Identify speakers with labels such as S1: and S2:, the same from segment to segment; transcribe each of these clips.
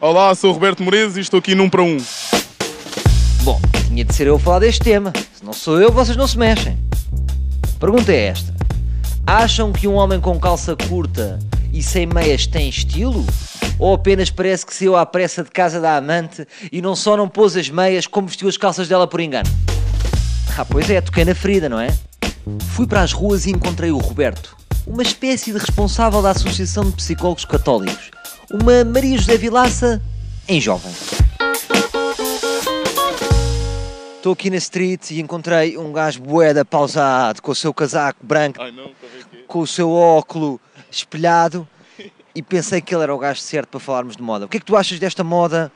S1: Olá, sou o Roberto Moreira e estou aqui num para um.
S2: Bom, tinha de ser eu a falar deste tema. Se não sou eu, vocês não se mexem. A pergunta é esta: Acham que um homem com calça curta e sem meias tem estilo? Ou apenas parece que saiu à pressa de casa da amante e não só não pôs as meias, como vestiu as calças dela por engano? Ah, pois é, toquei na ferida, não é? Fui para as ruas e encontrei o Roberto, uma espécie de responsável da Associação de Psicólogos Católicos, uma Maria José Vilaça em jovem. Estou aqui na street e encontrei um gajo boeda pausado, com o seu casaco branco,
S1: Ai não, para ver que
S2: com o seu óculo espelhado, e pensei que ele era o gajo certo para falarmos de moda. O que é que tu achas desta moda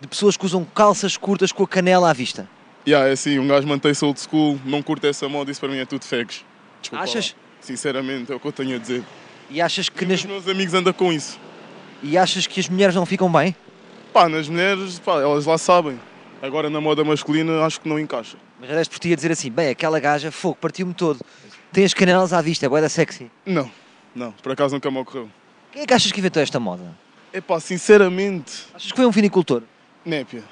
S2: de pessoas que usam calças curtas com a canela à vista?
S1: yeah, é assim, um gajo mantém-se old school, não curto essa moda, isso para mim é tudo fegues. Desculpa
S2: Achas?
S1: lá. Sinceramente, é o que eu tenho a dizer.
S2: E achas que,
S1: Que
S2: nas-
S1: Os meus amigos andam com isso.
S2: e achas que as mulheres não ficam bem?
S1: Pá, nas mulheres, pá, elas lá sabem. Agora na moda masculina acho que não encaixa.
S2: Mas já deste por ti a dizer assim, bem, aquela gaja, fogo, partiu-me todo. Tem as canelas à vista, é boeda sexy.
S1: Não, não, por acaso nunca me ocorreu.
S2: Quem é que achas que inventou esta moda?
S1: É pá, sinceramente,
S2: Achas que foi um vinicultor?
S1: népia.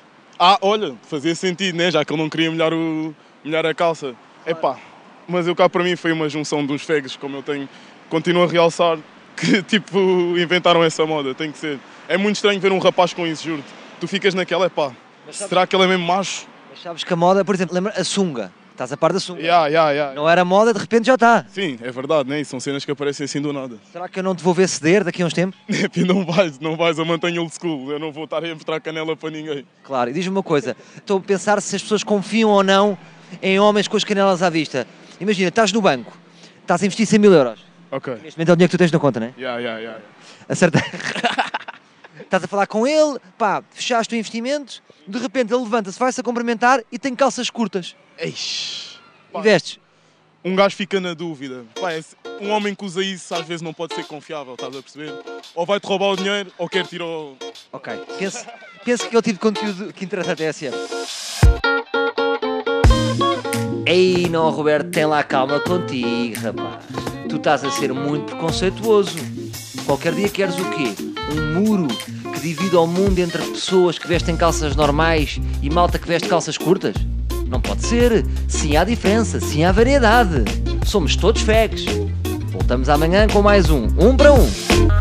S1: Ah, olha, fazia sentido, né? Já que ele não queria molhar, o, molhar a calça. É pá, mas eu cá para mim foi uma junção de uns fegos, como eu tenho. Continuo a realçar que, tipo, inventaram essa moda, tem que ser. É muito estranho ver um rapaz com isso, juro-te. Tu ficas naquela, é pá, será que ele é mesmo macho?
S2: Mas sabes que a moda, por exemplo, lembra a sunga. Estás a par da sunga.
S1: Ya, ya, ya.
S2: Não era moda, de repente já está.
S1: Sim, é verdade, né? E são cenas que aparecem assim do nada.
S2: Será que eu não te vou ver ceder daqui a uns tempos?
S1: Népia, não vais, não vais, eu mantenho old school, eu não vou estar a mostrar canela para ninguém.
S2: Claro, e diz-me uma coisa. Estou a pensar se as pessoas confiam ou não em homens com as canelas à vista. Imagina, estás no banco, estás a investir 100 mil euros.
S1: Ok.
S2: Neste momento é o dinheiro que tu tens na conta, não é?
S1: Ya, ya, ya.
S2: Acerta. Estás a falar com ele, pá, fechaste o investimento, de repente ele levanta-se, vai-se a cumprimentar e tem calças curtas.
S1: Eish.
S2: E vestes.
S1: um gajo fica na dúvida. Pá, esse- um homem que usa isso às vezes não pode ser confiável, estás a perceber? Ou vai-te roubar o dinheiro ou quer tirar o.
S2: Ok, penso, penso que é o tipo de conteúdo que interessa a TSM. Ei, não, Roberto, tem lá calma contigo, rapaz. Tu estás a ser muito preconceituoso. Qualquer dia queres o quê? Um muro que divida o mundo entre pessoas que vestem calças normais e malta que veste calças curtas? Não pode ser. Sim, há diferença, sim, há variedade. Somos todos fegues. Voltamos amanhã com mais um. Um para um.